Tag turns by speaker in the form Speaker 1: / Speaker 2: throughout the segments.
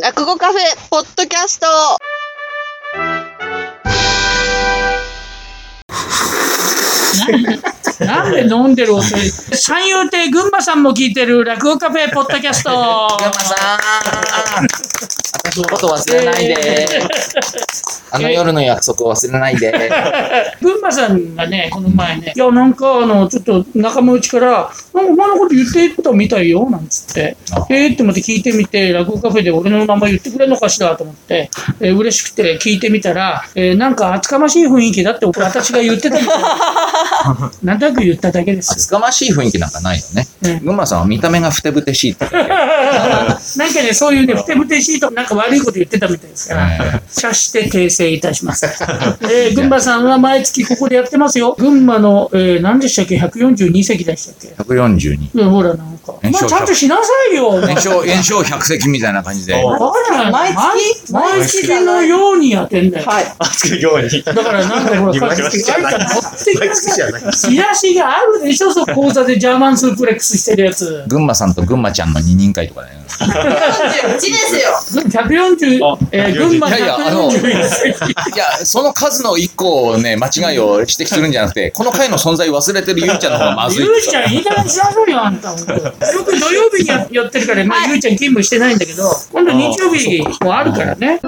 Speaker 1: 落語カフェポッドキャスト
Speaker 2: なんで飲んでる音に三遊亭群馬さんも聞いてる落語カフェポッドキャスト。
Speaker 3: 山さん私のこと忘れないで、あの夜の約束を忘れないで、
Speaker 2: 群馬さんがね、この前ね、いや、なんか、あの、ちょっと仲間内から、なんかお前のこと言ってたみたいよ、なんつって
Speaker 3: あ、
Speaker 2: えーって思って聞いてみて、落語カフェで俺の名前言ってくれるのかしらと思って、えー嬉しくて聞いてみたら、えーなんか厚かましい雰囲気だって私が言ってたみた いな。なんとなく言っただけですよ。
Speaker 3: 厚かましい雰囲気なんかないよね
Speaker 2: う。
Speaker 3: 群馬さんは見た目がふてぶてしいってだけ。
Speaker 2: なんかね、そういうね、ふてぶてしいとかなんか悪いこと言ってたみたいですから。茶して訂正いたし ます。えー、群馬さんは毎月ここでやってますよ。群馬の、えー、何でしたっけ ?142 席でしたっけ
Speaker 3: 142。
Speaker 2: うん、ほら、なんか。まあ、
Speaker 3: 炎症
Speaker 2: ちゃんとしなさいよ。
Speaker 3: 炎症、炎症100席みたいな感じで。
Speaker 2: バカな
Speaker 1: 毎月
Speaker 2: 毎毎月のようにやってんだよ。
Speaker 1: はい。
Speaker 4: 熱くように。
Speaker 2: だからなんかほら、
Speaker 4: 毎月じゃない
Speaker 2: 買ってきな
Speaker 4: 毎月じ
Speaker 2: さい
Speaker 4: ゃない。
Speaker 2: チラシがあるでしょ、そう、講座でジャーマンスープレックスしてるや つ。
Speaker 3: 群馬さんと群馬ちゃんの二人会とかだよね。
Speaker 1: 41ですよ
Speaker 2: 140、えー、群馬
Speaker 3: いやいやあの
Speaker 2: 141席。
Speaker 3: いや、その数の一個をね、間違いを指摘するんじゃなくて、この回の存在忘れてるゆいちゃんの方がまずい
Speaker 2: ゆ。うちゃん、いい加減にしなさいよ、あんた、本当よく土曜日にややってるから、まあ、ゆうちゃん勤務してないんだけど、今度日曜日もあるからね。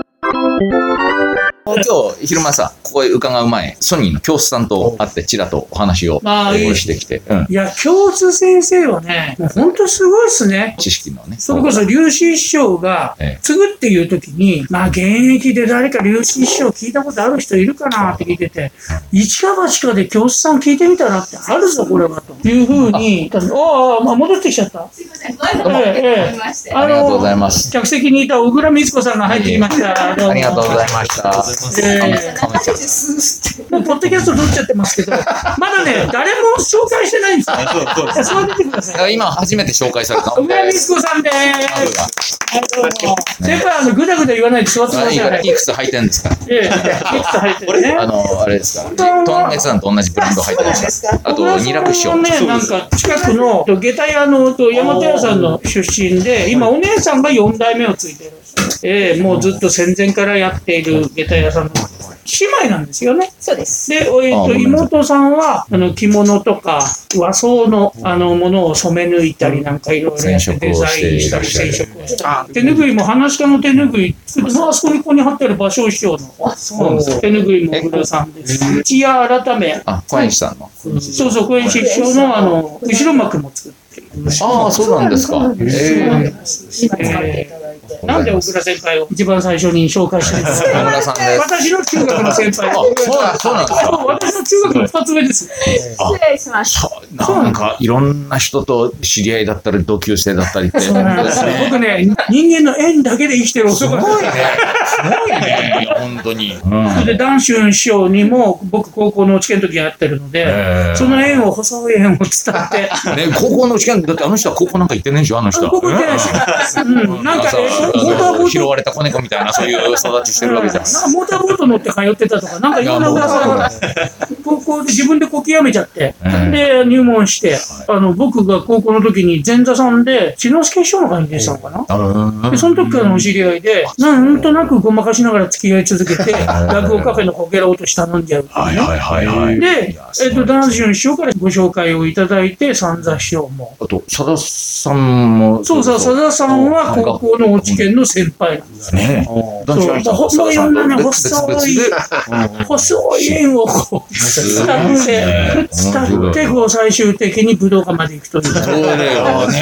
Speaker 3: 今日、昼間さ、ここへ伺う前、ソニーの教室さんと会って、ちらとお話を
Speaker 2: まあいい
Speaker 3: してきて、うん
Speaker 2: いや、教室先生はね、本当すごいっすね。
Speaker 3: 知識のね。
Speaker 2: それこそ、龍子師匠が
Speaker 3: ええ、
Speaker 2: 継ぐっていう時に、まあ、現役で誰か龍子師匠聞いたことある人いるかなって聞いてて、一か八かで教室さん聞いてみたらって、あるぞ、これは、というふうに、ああ、まあ、戻ってきちゃった。
Speaker 5: すいません、ご挨拶だけ思いまして。
Speaker 3: ありがとうございます。
Speaker 2: 客席にいた小倉美津子さんが入ってきました。どうも
Speaker 3: ありがとうございました。
Speaker 2: ええ
Speaker 3: カメちゃん
Speaker 2: もうポッドキャスト撮っちゃってますけど、まだね、誰も紹介してないんですよ。そう出てくだ
Speaker 3: い
Speaker 2: さい。
Speaker 3: や今初めて紹介された
Speaker 2: 小
Speaker 3: の
Speaker 2: 倉美
Speaker 3: で。
Speaker 2: 津子さんで
Speaker 3: ハブ
Speaker 2: す。
Speaker 3: が
Speaker 2: はいどうも。先輩、あの、ぐだぐだ言わないで座ってくだ
Speaker 3: あいいか
Speaker 2: さ
Speaker 3: ら
Speaker 2: い。
Speaker 3: いくつ履いてるんですか
Speaker 2: ええ、結構入ってるね。
Speaker 3: あの、あれですか。トンネツさんと同じブランド履いてるんですかあと、ニラク師
Speaker 2: 小
Speaker 3: 匠。
Speaker 2: 倉さんもね、なんか、近くの、下駄屋の、と大和屋さんの出身で、今、お姉さんが4代目を継いでるんですよ。ええ、もうずっと戦前からやっている下駄屋さんの、姉妹なんですよね。
Speaker 5: そうです。
Speaker 2: で、おえっ
Speaker 3: あご
Speaker 2: と、
Speaker 3: めんなさい
Speaker 2: 妹さんは、あの、着物とか、和装の、あの、ものを染め抜いたり、なんかいろいろやって、
Speaker 3: 染色
Speaker 2: デ
Speaker 3: を
Speaker 2: ザ
Speaker 3: し
Speaker 2: イ
Speaker 3: て
Speaker 2: ンし
Speaker 3: い
Speaker 2: た
Speaker 3: らっ
Speaker 2: り、
Speaker 3: しゃ
Speaker 2: 染
Speaker 3: る
Speaker 2: 色をしたり。手ぬぐいも、話し家の手ぬぐい、まあ、あそこにここに貼ってある芭蕉師匠の、
Speaker 3: そうなんですよ
Speaker 2: 手ぬぐいも小倉さんです。一夜改め、
Speaker 3: あ、小西さんの。
Speaker 2: そうそう、小林師匠の、あの、後ろ幕も作っている。
Speaker 3: ああ、そうなんですか。え
Speaker 5: 今使っていただいて。
Speaker 3: え。
Speaker 2: なんで小倉先輩を一番最初に紹介したんです
Speaker 3: 小
Speaker 2: か
Speaker 3: 倉さんです。
Speaker 2: 私の中学の先輩
Speaker 3: あ、。そうなん、そうなんですか。
Speaker 2: 私の中学の二つ目です。
Speaker 5: 失礼しました。
Speaker 3: そうなんかいろんな人と知り合いだったり同級生だったりって。
Speaker 2: そうなんですよ僕ね、人間の縁だけで生きてる男なんですよ
Speaker 3: ね本当に。うん。
Speaker 2: で、ダンシュン師匠にも、僕、高校の試験の時やってるので、
Speaker 3: え
Speaker 2: その縁を、細い縁を伝って、
Speaker 3: えね、高校の試験だってあの人は高校なんか行ってねえんでしょあの人は。
Speaker 2: 高校行ってないし、うん、なんかね、モーターボー
Speaker 3: 拾
Speaker 2: ト、
Speaker 3: われた子猫みたいなそういう育ちしてるわけじゃん。
Speaker 2: なんかモーターボート乗って通ってたとか、なんかいろんな噂が、高校で自分でこきやめちゃって、
Speaker 3: うん
Speaker 2: で、入門して、あの、僕が高校の時に前座さんで、千之助師匠の会に出てたのかなでその時からのお知り合いで、なんとなくごまかしながら付き合い続 けて、落語カフェのこけら落とし頼んじゃうっていうね。
Speaker 3: はいはいはいはい。
Speaker 2: で、えっと、ダンシュン師匠からご紹介をいただいて、三座師匠も。
Speaker 3: あと、佐田さんも。
Speaker 2: そうそう、佐田さんは高校の落ち研の先輩なんです。
Speaker 3: ね男子
Speaker 2: そう、細い女ね、細い、細い円をこう、伝って、伝って、こう、最終的に武道館まで行くという。
Speaker 3: そうだよね。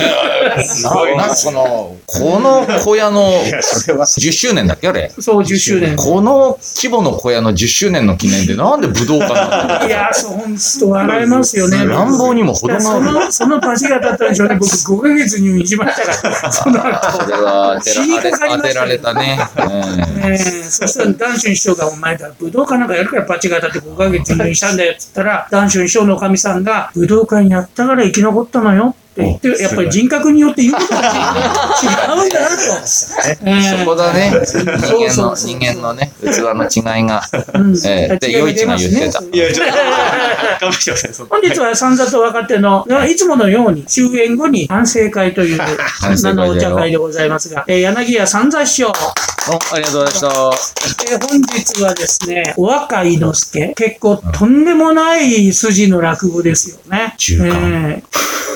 Speaker 3: なんかその、この小屋の
Speaker 4: それは、
Speaker 3: 10周年だっけあれ。
Speaker 2: そう、10周年。
Speaker 3: この規模の小屋の10周年の記念でなんで武道館なんだろ
Speaker 2: いやー、そう、本当笑えますよ ね。
Speaker 3: う乱暴にも程が
Speaker 2: そ
Speaker 3: ある。
Speaker 2: の、そのバチが当たったんでしょうね。僕、5ヶ月入院しました から、その後。
Speaker 3: これは当てら
Speaker 2: 死にかかりま
Speaker 3: 当
Speaker 2: した
Speaker 3: てられたね。うん
Speaker 2: ええそしたら男子師匠がお前だ武道館なんかやるからバチが当たって5ヶ月入院したんだよっつったら男子師匠のおかみさんが武道館やったから生き残ったのよってって言って、やっぱり人格によって言うことが違う違うんだなと。え
Speaker 3: そこだね。人間
Speaker 2: そ
Speaker 3: の、
Speaker 2: うそう
Speaker 3: 人間のね、器の違いが。
Speaker 2: えうん
Speaker 3: え えで、
Speaker 2: 違いが
Speaker 3: 余
Speaker 2: 出
Speaker 3: 一が
Speaker 2: ま
Speaker 3: 言
Speaker 2: す
Speaker 3: っ
Speaker 2: ね
Speaker 3: てた。
Speaker 4: いや、ちょっと、勘弁してくださいその。
Speaker 2: 本日は三座と若手の、いつものように終演後に反省会という
Speaker 3: 省会だ
Speaker 2: 名
Speaker 3: よ
Speaker 2: のお茶会でございますが、えー柳家三座師匠、
Speaker 3: どうもありがとうございました。
Speaker 2: えー本日はですね、お若いの助、結構とんでもない筋の落語ですよね。
Speaker 6: 中間
Speaker 2: ね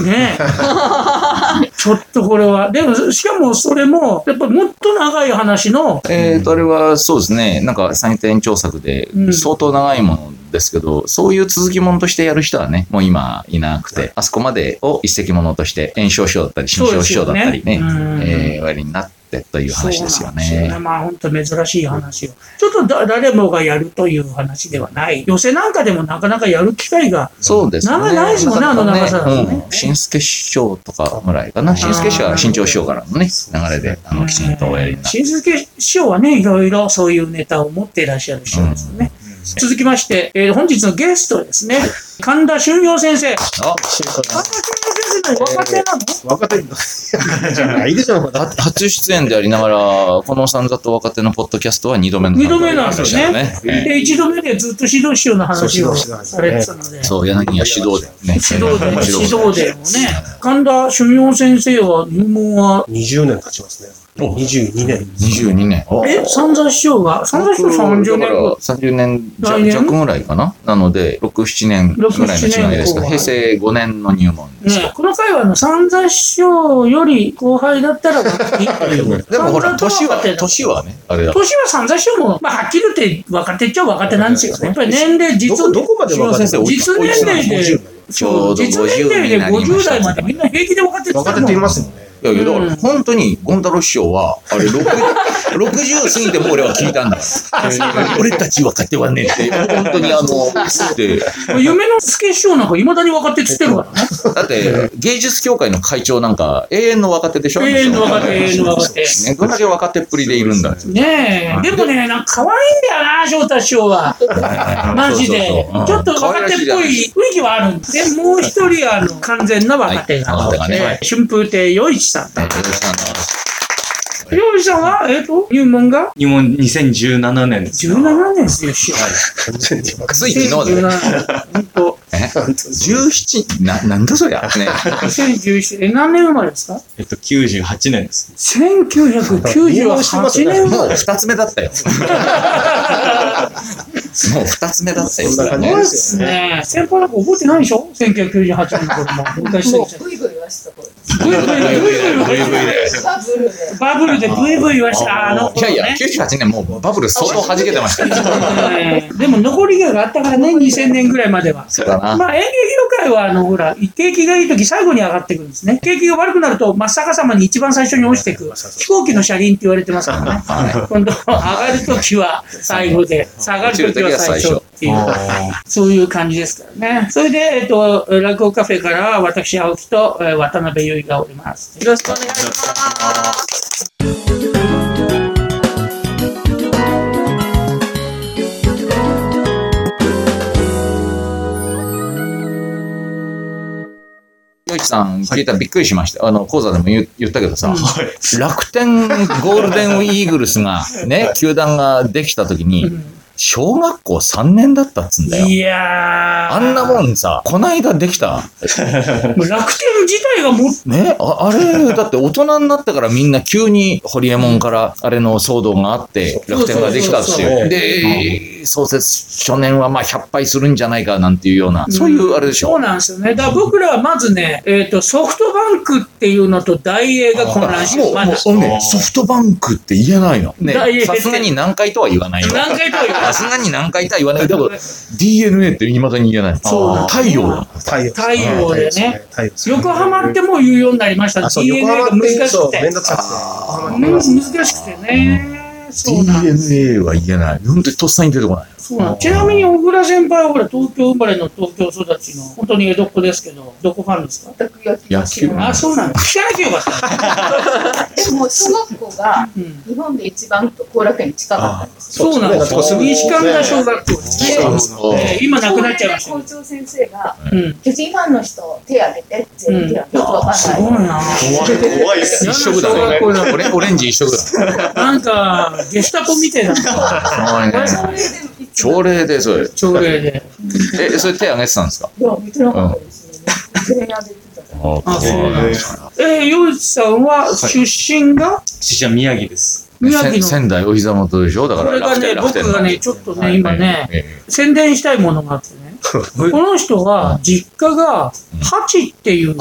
Speaker 2: えね えちょっとこれは、でも、しかもそれも、やっぱもっと長い話の、
Speaker 3: えーと、あれはそうですね、なんか最典調作で
Speaker 2: うん、
Speaker 3: 相当長いものですけど、そういう続きものとしてやる人はね、もう今いなくて、あそこまでを一石ものとして、炎症師匠だったり、新章師匠だったりね、
Speaker 2: そうですよねうん
Speaker 3: えー、割になってという話です
Speaker 2: そう
Speaker 3: よ
Speaker 2: なんですよ
Speaker 3: ね。
Speaker 2: まあ本当珍しい話を。ちょっとだ誰もがやるという話ではない。寄せなんかでもなかなかやる機会が。
Speaker 3: そうですね。
Speaker 2: 長いですもんねあの長さだとね
Speaker 3: うん。新助師匠とかぐらいかな。新助師匠は新潮師匠からのね、流れで、あの、きちんとおやりになって。
Speaker 2: 新助師匠はね、いろいろそういうネタを持っていらっしゃる人ですよね。続きまして、えー本日のゲストですね、神田俊陽先生。
Speaker 3: あ、
Speaker 2: 神田俊陽先生の若手なの、
Speaker 6: 若手の、じゃないでしょう、まだ。
Speaker 3: 初出演でありながら、このさんざと若手のポッドキャストは2度目の
Speaker 2: 二度目なんですね
Speaker 3: ねえ
Speaker 2: で、一度目でずっと指導師匠の話をされてたので
Speaker 3: え。そう、柳が指導でね。
Speaker 2: 指導で、
Speaker 3: 指導
Speaker 2: 指導でもね。神田俊陽先生は入門は、
Speaker 6: 20年経ちますね。22年。
Speaker 3: 22年。
Speaker 2: え、三座師匠が、三座師匠30年後。
Speaker 3: 30年
Speaker 2: 来
Speaker 3: 弱
Speaker 2: 年
Speaker 3: 弱ぐらいかななので、6、7年ぐらいの違いですから、
Speaker 2: 6 7年
Speaker 3: 平成5年の入門です
Speaker 2: ね、この回はあの三座師匠より後輩だったらいいという。
Speaker 3: でもほら、
Speaker 2: 三座と
Speaker 3: 年は
Speaker 2: 若手、だ
Speaker 3: 年はね、あれだ。
Speaker 2: 年は三座師匠も、まあ、はっきり言って若手っちゃ若手なんですよね。やっぱり年齢、
Speaker 6: ど
Speaker 2: 実
Speaker 6: こ、どこまで若手
Speaker 3: 先生おい
Speaker 2: 実
Speaker 3: おい
Speaker 2: 年
Speaker 3: くつなの
Speaker 2: 齢で、
Speaker 3: ちょうど
Speaker 2: 実年
Speaker 3: 50
Speaker 2: 齢
Speaker 3: に
Speaker 2: で
Speaker 3: なりました
Speaker 2: 50代までみんな平気で若手って言っ
Speaker 6: 若
Speaker 2: てた
Speaker 6: 手って
Speaker 2: も
Speaker 6: 言い
Speaker 2: ん
Speaker 6: ますもんね。
Speaker 3: いやいや、だか
Speaker 2: うん
Speaker 3: ら本当に、ゴン太郎師匠は、あれ、60 60過ぎても俺は聞いたんだから。 俺たちは勝てはねえって、本 当にあの、って、
Speaker 2: 夢の助師匠なんかいまだに若手っつってるからね。
Speaker 3: だって、芸術協会の会長なんか、永遠の若手でしょ
Speaker 2: 永遠の若手、永遠の若手。
Speaker 3: ね、どんだけ若手っぷりでいるんだ。
Speaker 2: ねえ、でもね、なんか可愛いんだよな、翔太師匠は。マジで。ちょっと若手っぽい雰囲気はあるんで、もう一人、あの、完全な若手が、
Speaker 3: はい若手がね
Speaker 2: えー春風亭与一さん。
Speaker 3: はいよろしくお願いします
Speaker 2: 与一さんは、えっ、と、入門が
Speaker 4: 日本2017年ですよ。
Speaker 2: 17年ですよ、師匠。
Speaker 6: 完全に 若
Speaker 3: つい昨日で、ね、
Speaker 2: 2017本当
Speaker 3: 17、な、なんだそりゃ。ね。
Speaker 2: 2017年、何年生まれですか
Speaker 4: えっと、98年ですね。
Speaker 2: ?1998 年生
Speaker 3: も
Speaker 2: ま
Speaker 3: う
Speaker 2: れ。
Speaker 3: 二つ目 だったよ。もう二つ目だったよ。
Speaker 6: そんな
Speaker 2: そう
Speaker 6: 感じ
Speaker 2: で
Speaker 6: ですすよ
Speaker 2: ね。先輩なんか覚えてないでしょ ?1998 年の 頃も。もう一回して
Speaker 5: も
Speaker 2: きちゃ
Speaker 5: う、ぐいぐい言わしたところです。
Speaker 2: うブイブイブイブイブイ
Speaker 5: バブルで。
Speaker 2: バブルでブイブイ言わした、あの
Speaker 3: い
Speaker 2: 頃
Speaker 3: やいや、
Speaker 2: ね。
Speaker 3: 98年もうバブル相当弾けてましたよ。
Speaker 2: うんでも残りがあったからね、2000年ぐらいまでは。
Speaker 3: そうだな。
Speaker 2: まあ、演劇業界は、あの、ほら、景気がいい時最後に上がっていくんですね。景気が悪くなると、真っ逆さまに一番最初に落ちていく。飛行機の車輪って言われてますからね。今 度、上がる時は最後で、下がる時は最初っていう。そういう感じですからね。それで、えっと、落語カフェからは私、青木とえー渡辺由衣がおります。よろしくお願いします。
Speaker 3: よいちさん聞いたらびっくりしました。あの、講座でも言う言ったけどさ、楽天ゴールデンイーグルスが、ね、球団ができた時に、小学校3年だったっつうんだよ。
Speaker 2: いやー。
Speaker 3: あんなもんさ、こないだできた。
Speaker 2: もう楽天自体がもっ
Speaker 3: ねあ、あれ、だって大人になったからみんな急にホリエモンからあれの騒動があって、楽天ができたって
Speaker 6: そうそうそ
Speaker 3: いう。
Speaker 6: う
Speaker 3: で、創設初年はまあ100敗するんじゃないかなんていうような、そういうあれでし
Speaker 2: そう
Speaker 3: ょ。
Speaker 2: なんですよね。だから僕らはまずね、えっ、と、ソフトバンクっていうのと大英が混乱して
Speaker 3: もう、
Speaker 2: ま
Speaker 3: も
Speaker 2: だ
Speaker 3: う俺ね、ソフトバンクって言えないの。ね
Speaker 2: だ言え、
Speaker 3: さすがに何回とは言わないよ。
Speaker 2: 何回とは言わない
Speaker 3: さすがに何回とは言わないけど、DNA って未だに言えない。
Speaker 2: そうなんだ
Speaker 3: 太陽だ。
Speaker 6: 太陽。
Speaker 2: 太陽でね。
Speaker 6: 太陽ですね。
Speaker 2: 横浜ってもう言うようになりましたね
Speaker 6: あ、。そう、
Speaker 2: DNA
Speaker 6: 横
Speaker 2: が
Speaker 6: 浜
Speaker 2: 難
Speaker 6: って、
Speaker 2: し
Speaker 6: そう、
Speaker 2: く
Speaker 6: めん
Speaker 2: て。
Speaker 6: どくさくて。横浜
Speaker 2: うん、
Speaker 6: って言います
Speaker 2: 難しくてね。そうなんです。
Speaker 3: DNA は言えない。本当にとっさに出てこない。
Speaker 2: そうなんちなみに小倉先輩はほら東京生まれの東京育ちの本当に江戸っ子ですけどどこファンですか
Speaker 5: 全く野球が知らない
Speaker 2: あそうなんです聞かなきゃよかった、
Speaker 5: でも小学校が
Speaker 2: うん、
Speaker 5: 日本で一番後楽園に近かったんです
Speaker 2: そうなんです
Speaker 6: そうそう
Speaker 2: 西神田小学校ですね、
Speaker 6: そう
Speaker 2: えー今なくなっちゃいまし
Speaker 5: そ
Speaker 2: た
Speaker 5: こ
Speaker 2: け
Speaker 5: で校長先生が
Speaker 2: ど、うん、
Speaker 5: 巨人ファンの人手挙げてって手挙げてよくわかん
Speaker 2: す
Speaker 5: ない
Speaker 2: ごいな
Speaker 4: 怖い、怖いっす。
Speaker 3: 一色だね。オレオレンジ一色だ。
Speaker 2: なんかゲスタポみたいな
Speaker 3: かいね。
Speaker 5: 朝礼でいつも
Speaker 3: 朝礼で、それ。
Speaker 2: 朝礼で
Speaker 3: え、それ手挙げてたんですか
Speaker 5: いや見てなかったですね全員挙げてたから
Speaker 2: あそう
Speaker 3: ね
Speaker 2: なんですかえー、洋一さんは出身が、
Speaker 4: 出身は宮城です。
Speaker 2: 宮
Speaker 3: せ
Speaker 2: 城
Speaker 3: ん
Speaker 2: の
Speaker 3: 仙台お膝元でしょだか
Speaker 2: こ
Speaker 3: ら
Speaker 2: れが
Speaker 3: 楽
Speaker 2: ね
Speaker 3: 天、楽
Speaker 2: 僕
Speaker 3: 天
Speaker 2: がね、ちょっとね、今ね、宣伝したいものがあってね。この人は、実家が、ハチっていう、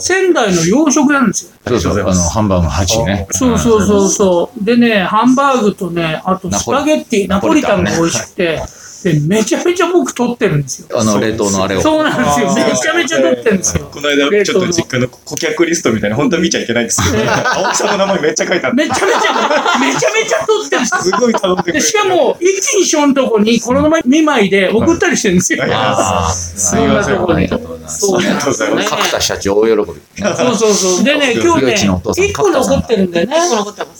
Speaker 2: 仙台の洋食なんですよ。
Speaker 3: そうそう、あの、ハンバーグ8ね。
Speaker 2: そうそうそうそう。でね、ハンバーグとね、あと
Speaker 3: ナ
Speaker 2: ス
Speaker 3: ポリ
Speaker 2: パゲッティ、ナ
Speaker 3: ナ
Speaker 2: ポ
Speaker 3: ポ
Speaker 2: リ
Speaker 3: リ
Speaker 2: タ
Speaker 3: タ
Speaker 2: ン
Speaker 3: ン
Speaker 2: が
Speaker 3: ね
Speaker 2: 美味しくて、で、めちゃめちゃ僕取ってるんですよ。
Speaker 3: あの、冷凍のあれを。
Speaker 2: そうなんですよ。めちゃめちゃ取ってるんですよ。
Speaker 4: この間、ちょっと実家の顧客リストみたいな、本当は見ちゃいけないんですけど、青木さんの名前めっちゃ書いてある。
Speaker 2: めちゃめちゃ、めちゃめちゃ取ってるんですよ。
Speaker 4: すごい頼んでくれ
Speaker 2: で、
Speaker 4: て。
Speaker 2: しか、も、一気にションとこに、このまま2枚で送ったりしてるんですよ。
Speaker 3: ああ、
Speaker 2: そんなとこ
Speaker 3: あ
Speaker 2: に
Speaker 3: り。がとうございます。
Speaker 2: そう
Speaker 4: ありがとうございます。
Speaker 3: 角田社長大喜び。
Speaker 2: そうそうそう。でね、今日ね、
Speaker 3: うちのお父さん
Speaker 2: 1個残ってるんだよね。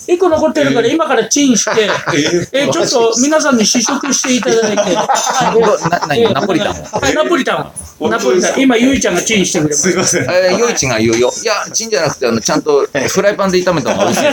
Speaker 2: 1個残ってるから、今からチンして、 え、ちょっと皆さんに試食していただいて。
Speaker 3: な、な、ナポリタンを。
Speaker 2: はい、ナポリタンを。ナポリタン。今、ゆいちゃんがチンしてくれますす。
Speaker 4: いません。
Speaker 3: えー、よいちが言うよ。いや、チンじゃなくて、あの、ちゃんとフライパンで炒めた方が美味しい。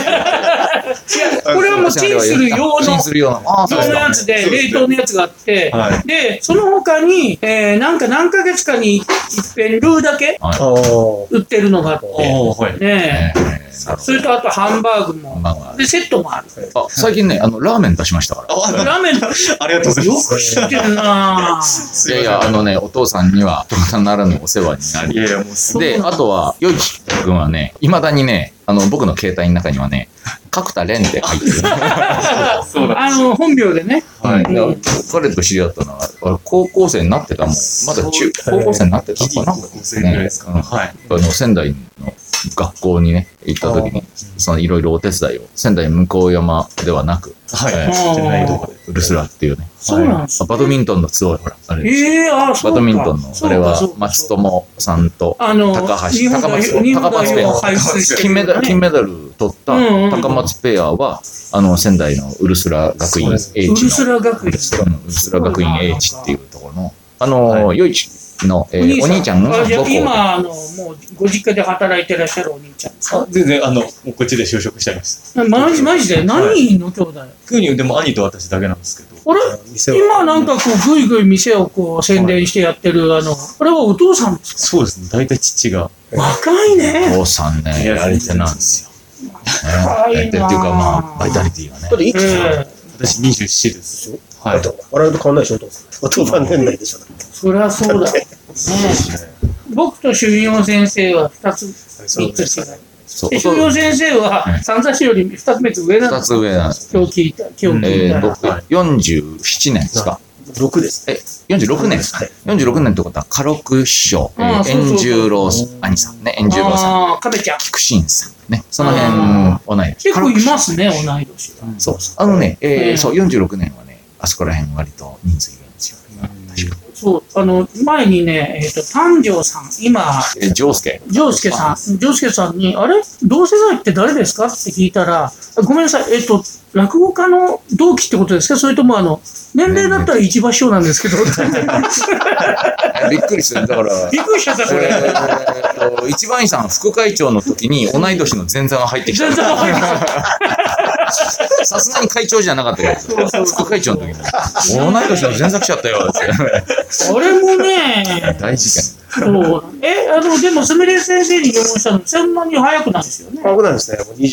Speaker 2: これはもうチンする用の、
Speaker 3: チン
Speaker 2: 用
Speaker 3: する用の。ああ、そうです
Speaker 2: のや
Speaker 3: か。
Speaker 2: つで、冷凍のやつがあって、
Speaker 4: は
Speaker 2: で、その他に、えー、なんか何ヶ月かに一遍ルーだけ
Speaker 6: あー
Speaker 2: 売ってるのがあって、
Speaker 4: おー、はい。
Speaker 2: ねえ、
Speaker 3: なる
Speaker 2: それとあとハンバーグも、
Speaker 3: ほ
Speaker 2: で、セットもある。
Speaker 3: ど。あ、最近ね、あの、ラーメン出しましたから。
Speaker 2: ラーメンだ
Speaker 4: ありがとうござい
Speaker 2: よ
Speaker 4: ま
Speaker 2: く知
Speaker 4: す。
Speaker 2: ってるなぁ。
Speaker 4: す
Speaker 3: いや
Speaker 4: ま
Speaker 3: い
Speaker 4: せ
Speaker 3: や、
Speaker 4: ん
Speaker 3: あのね、お父さんには、大人ならぬお世話になり。
Speaker 4: いやいや、もうす
Speaker 3: で、あとは、よいちくんはね、未だにね、あの、僕の携帯の中にはね、角田蓮って入ってる。
Speaker 4: そうだ。
Speaker 2: あの、本名でね。
Speaker 3: はい。だから彼と知り合ったのは、俺高校生になってたもん。まだ中、高校生になってた
Speaker 4: ギリ
Speaker 3: か
Speaker 4: 高
Speaker 3: な。
Speaker 4: 校生ぐらいですか
Speaker 3: ね
Speaker 4: ね。はい。
Speaker 3: あの、仙台の学校にね、行った時に、その、いろいろお手伝いを、仙台向山ではなく、
Speaker 4: はい。
Speaker 2: あー
Speaker 4: じゃないとこで。
Speaker 3: ウルスラっていうね、
Speaker 2: そうなんです
Speaker 3: あ。バドミントンのすごい、ほら、あれです。
Speaker 2: ええー、あ、そ
Speaker 3: バ
Speaker 2: うか。
Speaker 3: ドミントンの、
Speaker 2: そ
Speaker 3: あ
Speaker 2: うか
Speaker 3: れは
Speaker 2: そうか、
Speaker 3: 松友さんと、
Speaker 2: あの、
Speaker 3: 高橋
Speaker 2: 日本代
Speaker 3: 高
Speaker 2: 表、
Speaker 3: 松
Speaker 2: 日本代表を
Speaker 3: 高松
Speaker 2: 輩出して
Speaker 3: 金メダル、金メダル取った
Speaker 2: うんうん
Speaker 3: 高松ペアは、あの、仙台のウルスラ学院 H
Speaker 2: ウ
Speaker 3: の
Speaker 2: ル、スラ学院。
Speaker 3: うんウルスラ学院 H っていうところの、あの、よいちの、えーお兄ちゃんの
Speaker 2: あじゃ
Speaker 3: 母
Speaker 2: あ
Speaker 3: 校、
Speaker 2: 今、あの、もう、ご実家で働いてらっしゃるお兄ちゃんですか
Speaker 4: あ全然、あの、もうこっちで就職しちゃいました。
Speaker 2: マジ、マジで何人の兄弟あれ
Speaker 4: 急に、でも兄と私だけなんですけど。
Speaker 6: 店は
Speaker 2: 今なんかこう、ぐいぐい店をこう、宣伝してやってる、あの、これはお父さんです
Speaker 4: そうですね。大体父が。
Speaker 2: か若いね。
Speaker 3: 父さんね、
Speaker 4: いや
Speaker 3: やり手なんですよ。
Speaker 2: かわいいな
Speaker 3: ねやり手っていうか、まあ、バイタリティがね
Speaker 6: だっ。てい
Speaker 2: え
Speaker 6: くつだ
Speaker 2: え
Speaker 4: 私24です。は
Speaker 6: っ
Speaker 4: い。
Speaker 6: て我々と変わんないでしょ、お父さん。お父さん年内でしょ。
Speaker 2: そりゃそう だ。ね僕と修行先生は2つ、
Speaker 6: そ
Speaker 2: 3
Speaker 6: うで
Speaker 2: つ
Speaker 6: す
Speaker 2: 違う。
Speaker 3: そう
Speaker 2: で、修行先生は三差しより二つ目上なん
Speaker 3: 二
Speaker 2: です
Speaker 3: つ上なんです。
Speaker 2: 今日聞いた、今日聞い
Speaker 3: え
Speaker 2: た
Speaker 3: ー、
Speaker 2: ら。
Speaker 3: 僕47年ですか
Speaker 6: 6です。
Speaker 3: え、46年ですか ?46 年ってことは、家禄師匠、え
Speaker 2: ああそ
Speaker 3: ー
Speaker 2: うそうそう
Speaker 3: 円十郎兄さんね、円十郎さん、
Speaker 2: ああ、亀ちゃん。
Speaker 3: 菊心さんね、その
Speaker 2: あ
Speaker 3: 辺、同い年。
Speaker 2: 結構いますね、同い年が。
Speaker 3: そうそう。あのね、えー
Speaker 2: うん
Speaker 3: そう、46年はね、あそこら辺割と人数いるんですよ。
Speaker 2: そう、あの、前にね、えっと、丹上さん、今、
Speaker 3: えー、ジョウスケ。
Speaker 2: ジョウスケさん、ジョウスケさんに、あれ同世代って誰ですかって聞いたら、ごめんなさい、えっと、落語家の同期ってことですかそれとも、あの、年齢だったら一番師匠なんですけ ど、
Speaker 3: えーびっくりする。だ から、
Speaker 2: びっくりしちゃった、これ。
Speaker 3: えーっと、一番井さん副会長の時に同い年の前座が入ってき
Speaker 2: 全然わかんない。
Speaker 3: た。さすがに会長じゃなかったけど、副会長の時に、同い年の前座来ちゃったよ、って。
Speaker 2: それもね、
Speaker 3: 大事件。
Speaker 2: そう。え、あの、でも、すみれ先生に入門したの、そんなに早くないですよね。
Speaker 6: 僕なんですね。もう28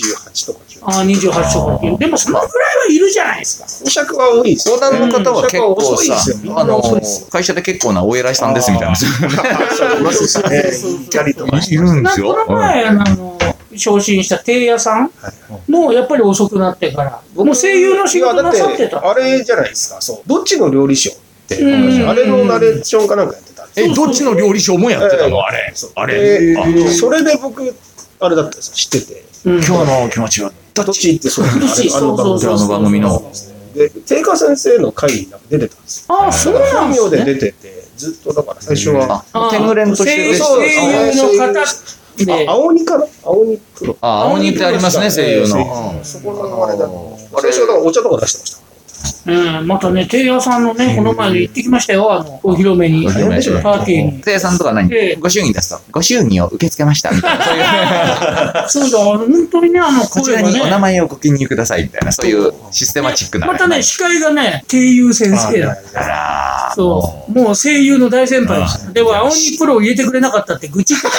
Speaker 6: とか9。
Speaker 2: ああ、28とか。でも、そのぐらいはいるじゃないですか。
Speaker 6: 尺は多いです。
Speaker 3: 相談の方は結構さ、
Speaker 6: うん
Speaker 3: あの
Speaker 6: 遅いですよ、
Speaker 3: 会社で結構なお偉いさんですみたいな人
Speaker 6: いますしね。キャリとか。
Speaker 3: いるんで
Speaker 2: な
Speaker 3: す
Speaker 2: こ
Speaker 3: よ。
Speaker 2: の前、あの、昇進した定屋さんも、やっぱり遅くなってから、もう声優の仕事なさって
Speaker 6: いやだ
Speaker 2: た。
Speaker 6: あれじゃないですか。そう。どっちの料理賞って
Speaker 2: うん
Speaker 6: あれのナレーションかなんかやってたんですよ。
Speaker 3: え、どっちの料理賞もやってたのあれ。あれ。あ
Speaker 6: でそれで僕、あれだったんですよ。知ってて。
Speaker 2: うん
Speaker 3: 今日の気持ちは
Speaker 6: どっちってそう。
Speaker 2: どっち
Speaker 6: あれあの番組
Speaker 2: そうそうそう
Speaker 3: 今日の番組の
Speaker 6: で、定価先生の会になんか出てたんですよ。
Speaker 2: ああ、そうな
Speaker 6: 本
Speaker 2: んですね。
Speaker 6: 名で出てて、ずっとだから最初は、
Speaker 2: あ
Speaker 3: あ、天狗連として
Speaker 2: 声
Speaker 3: 出
Speaker 2: 優
Speaker 3: て
Speaker 6: そう
Speaker 3: た
Speaker 6: 声優
Speaker 2: 声優の方で
Speaker 6: あ、青鬼かな青鬼プロ。
Speaker 3: あ、青鬼ってありますね、声優の。
Speaker 6: そこのあれだと。
Speaker 3: あ
Speaker 6: 最初はだからお茶とか出してました。
Speaker 2: うん、またね、テイヤさんのね、この前行ってきましたよ、あの、お披露目に。
Speaker 3: お披露目
Speaker 2: パーティーに。
Speaker 3: 生産とか何
Speaker 2: ええ
Speaker 3: ご祝儀出すと、ご祝儀を受け付けました、みたいな。そういう、
Speaker 2: そうだ、本当にね、あの、
Speaker 3: こちら
Speaker 2: 声が
Speaker 3: にお名
Speaker 2: ね。
Speaker 3: 前をご記入ください、みたいな、そういうシステマチックな。
Speaker 2: またね、司会がね、声優先生だ。
Speaker 3: あら、
Speaker 2: そ
Speaker 3: も
Speaker 2: う。もう声優の大先輩でした。でも、青鬼プロを入れてくれなかったって愚痴ってた。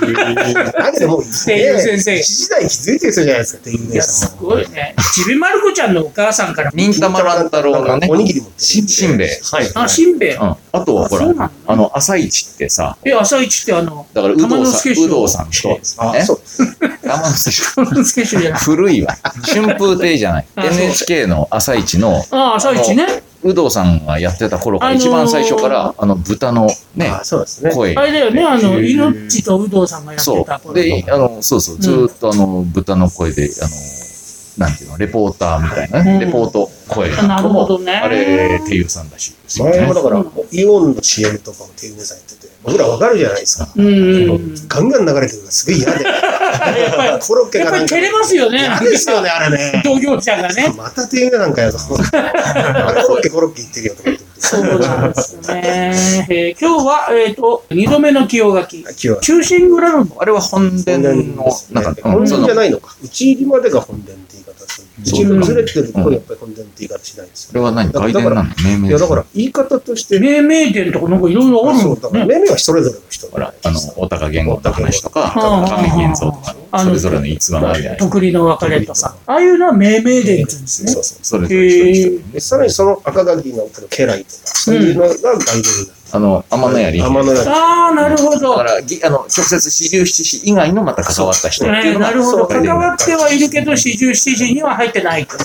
Speaker 6: だけどもう、
Speaker 2: 声優先生
Speaker 6: 一時代気づいてる人じゃないですか、店員
Speaker 2: いや、
Speaker 6: さん
Speaker 2: すごい ね。ちびまる子ちゃんのお母さんから
Speaker 3: う、。忍たま乱太郎のね
Speaker 6: お、にぎり持って
Speaker 3: ししんべヱ。
Speaker 4: はい。
Speaker 2: あ、しんべヱ。
Speaker 3: うん。あとはほ
Speaker 2: あそうな
Speaker 3: ら
Speaker 2: の、
Speaker 3: あの、朝市ってさ、
Speaker 2: え、朝一ってあの、
Speaker 3: だから、有
Speaker 2: 玉
Speaker 3: 働
Speaker 2: 之
Speaker 3: さん、
Speaker 2: 助
Speaker 3: 有
Speaker 2: 師匠
Speaker 3: 働さんと、
Speaker 6: あ、
Speaker 3: え
Speaker 6: そう。
Speaker 3: 玉之助
Speaker 2: 玉之助師匠じゃない。
Speaker 3: 古いわ。春風亭じゃない。
Speaker 2: あそう
Speaker 3: NHK の朝市の、
Speaker 2: ああ、朝一ね。
Speaker 3: 有働さんがやってた頃か
Speaker 2: あ
Speaker 3: ら、
Speaker 2: のー
Speaker 3: 一番最初から、あの、豚のね、
Speaker 6: あ、そうですね。
Speaker 3: 声
Speaker 2: あ。れだよね、あの、いのっちと有働さんがやって
Speaker 3: そ
Speaker 2: た
Speaker 3: う。
Speaker 2: 頃。
Speaker 3: で、あの、そうそう、ずーっとあの、豚の声で、あの、なんていうの、レポーターみたいな
Speaker 2: うん
Speaker 3: ね、レポート声
Speaker 2: あなるほどね
Speaker 3: あれ、ていうさんだしいですよ
Speaker 6: 前
Speaker 3: ね
Speaker 6: は。だから、イオンの CM とかも店員さんやってて、僕らわかるじゃないですか。
Speaker 2: うんうんうん。
Speaker 6: ガンガン流れてるのがすげ え嫌で。
Speaker 2: やっぱり、
Speaker 6: コロッケ
Speaker 2: やっ
Speaker 6: が
Speaker 2: ぱり
Speaker 6: なんか。
Speaker 2: 照れますよね。
Speaker 6: 嫌ですよね、あれね。
Speaker 2: 同業者がね。
Speaker 6: また店員がなん かやぞ。コロッケコロッケ言ってるよとか言って
Speaker 2: そうなんですね。えー今日は、えっ、と、二度目の清垣。
Speaker 6: 今日
Speaker 2: 中心グラウンド。
Speaker 3: あれは本殿の、なんか、う
Speaker 6: 本
Speaker 3: ん、そ
Speaker 6: 殿じゃ
Speaker 3: の、
Speaker 6: ないのか。打ち入りまでが本殿って言い方する。打ち入りがずれてると、やっぱり本殿って言い方しないんです
Speaker 3: あれは何外伝なの命
Speaker 6: よ。
Speaker 3: 名
Speaker 6: いや、だから、言い方として、
Speaker 2: 命名店とかなんかいろいろある
Speaker 6: そ
Speaker 2: ん
Speaker 6: う、だか
Speaker 2: だ
Speaker 6: ら、
Speaker 2: ね。
Speaker 6: メニューはそれぞれの人
Speaker 3: ほら、あの、大高言語の話とか、
Speaker 2: うん
Speaker 3: 高見源三とか
Speaker 2: う
Speaker 3: の、
Speaker 2: ん
Speaker 3: それぞれの逸話があるじゃないですか。
Speaker 2: 特利の別れとさ。ああいうのは命名店って言うんですね。
Speaker 3: そうそう、それぞれ一人一
Speaker 2: へ
Speaker 3: 人
Speaker 2: え。
Speaker 6: で、さらにその赤垣の家来とか、そういうのが外伝になる。
Speaker 3: あの、天の槍。
Speaker 6: 天のやり。
Speaker 2: ああ、なるほ
Speaker 3: だか
Speaker 2: ど。
Speaker 3: ら、ぎあの、直接四十七士以外のまた関わった人ってい
Speaker 2: え
Speaker 3: う
Speaker 2: ー、
Speaker 3: のが、
Speaker 2: なるほど。
Speaker 3: そう
Speaker 2: 関わってはいるけど、四十七時には入ってないと。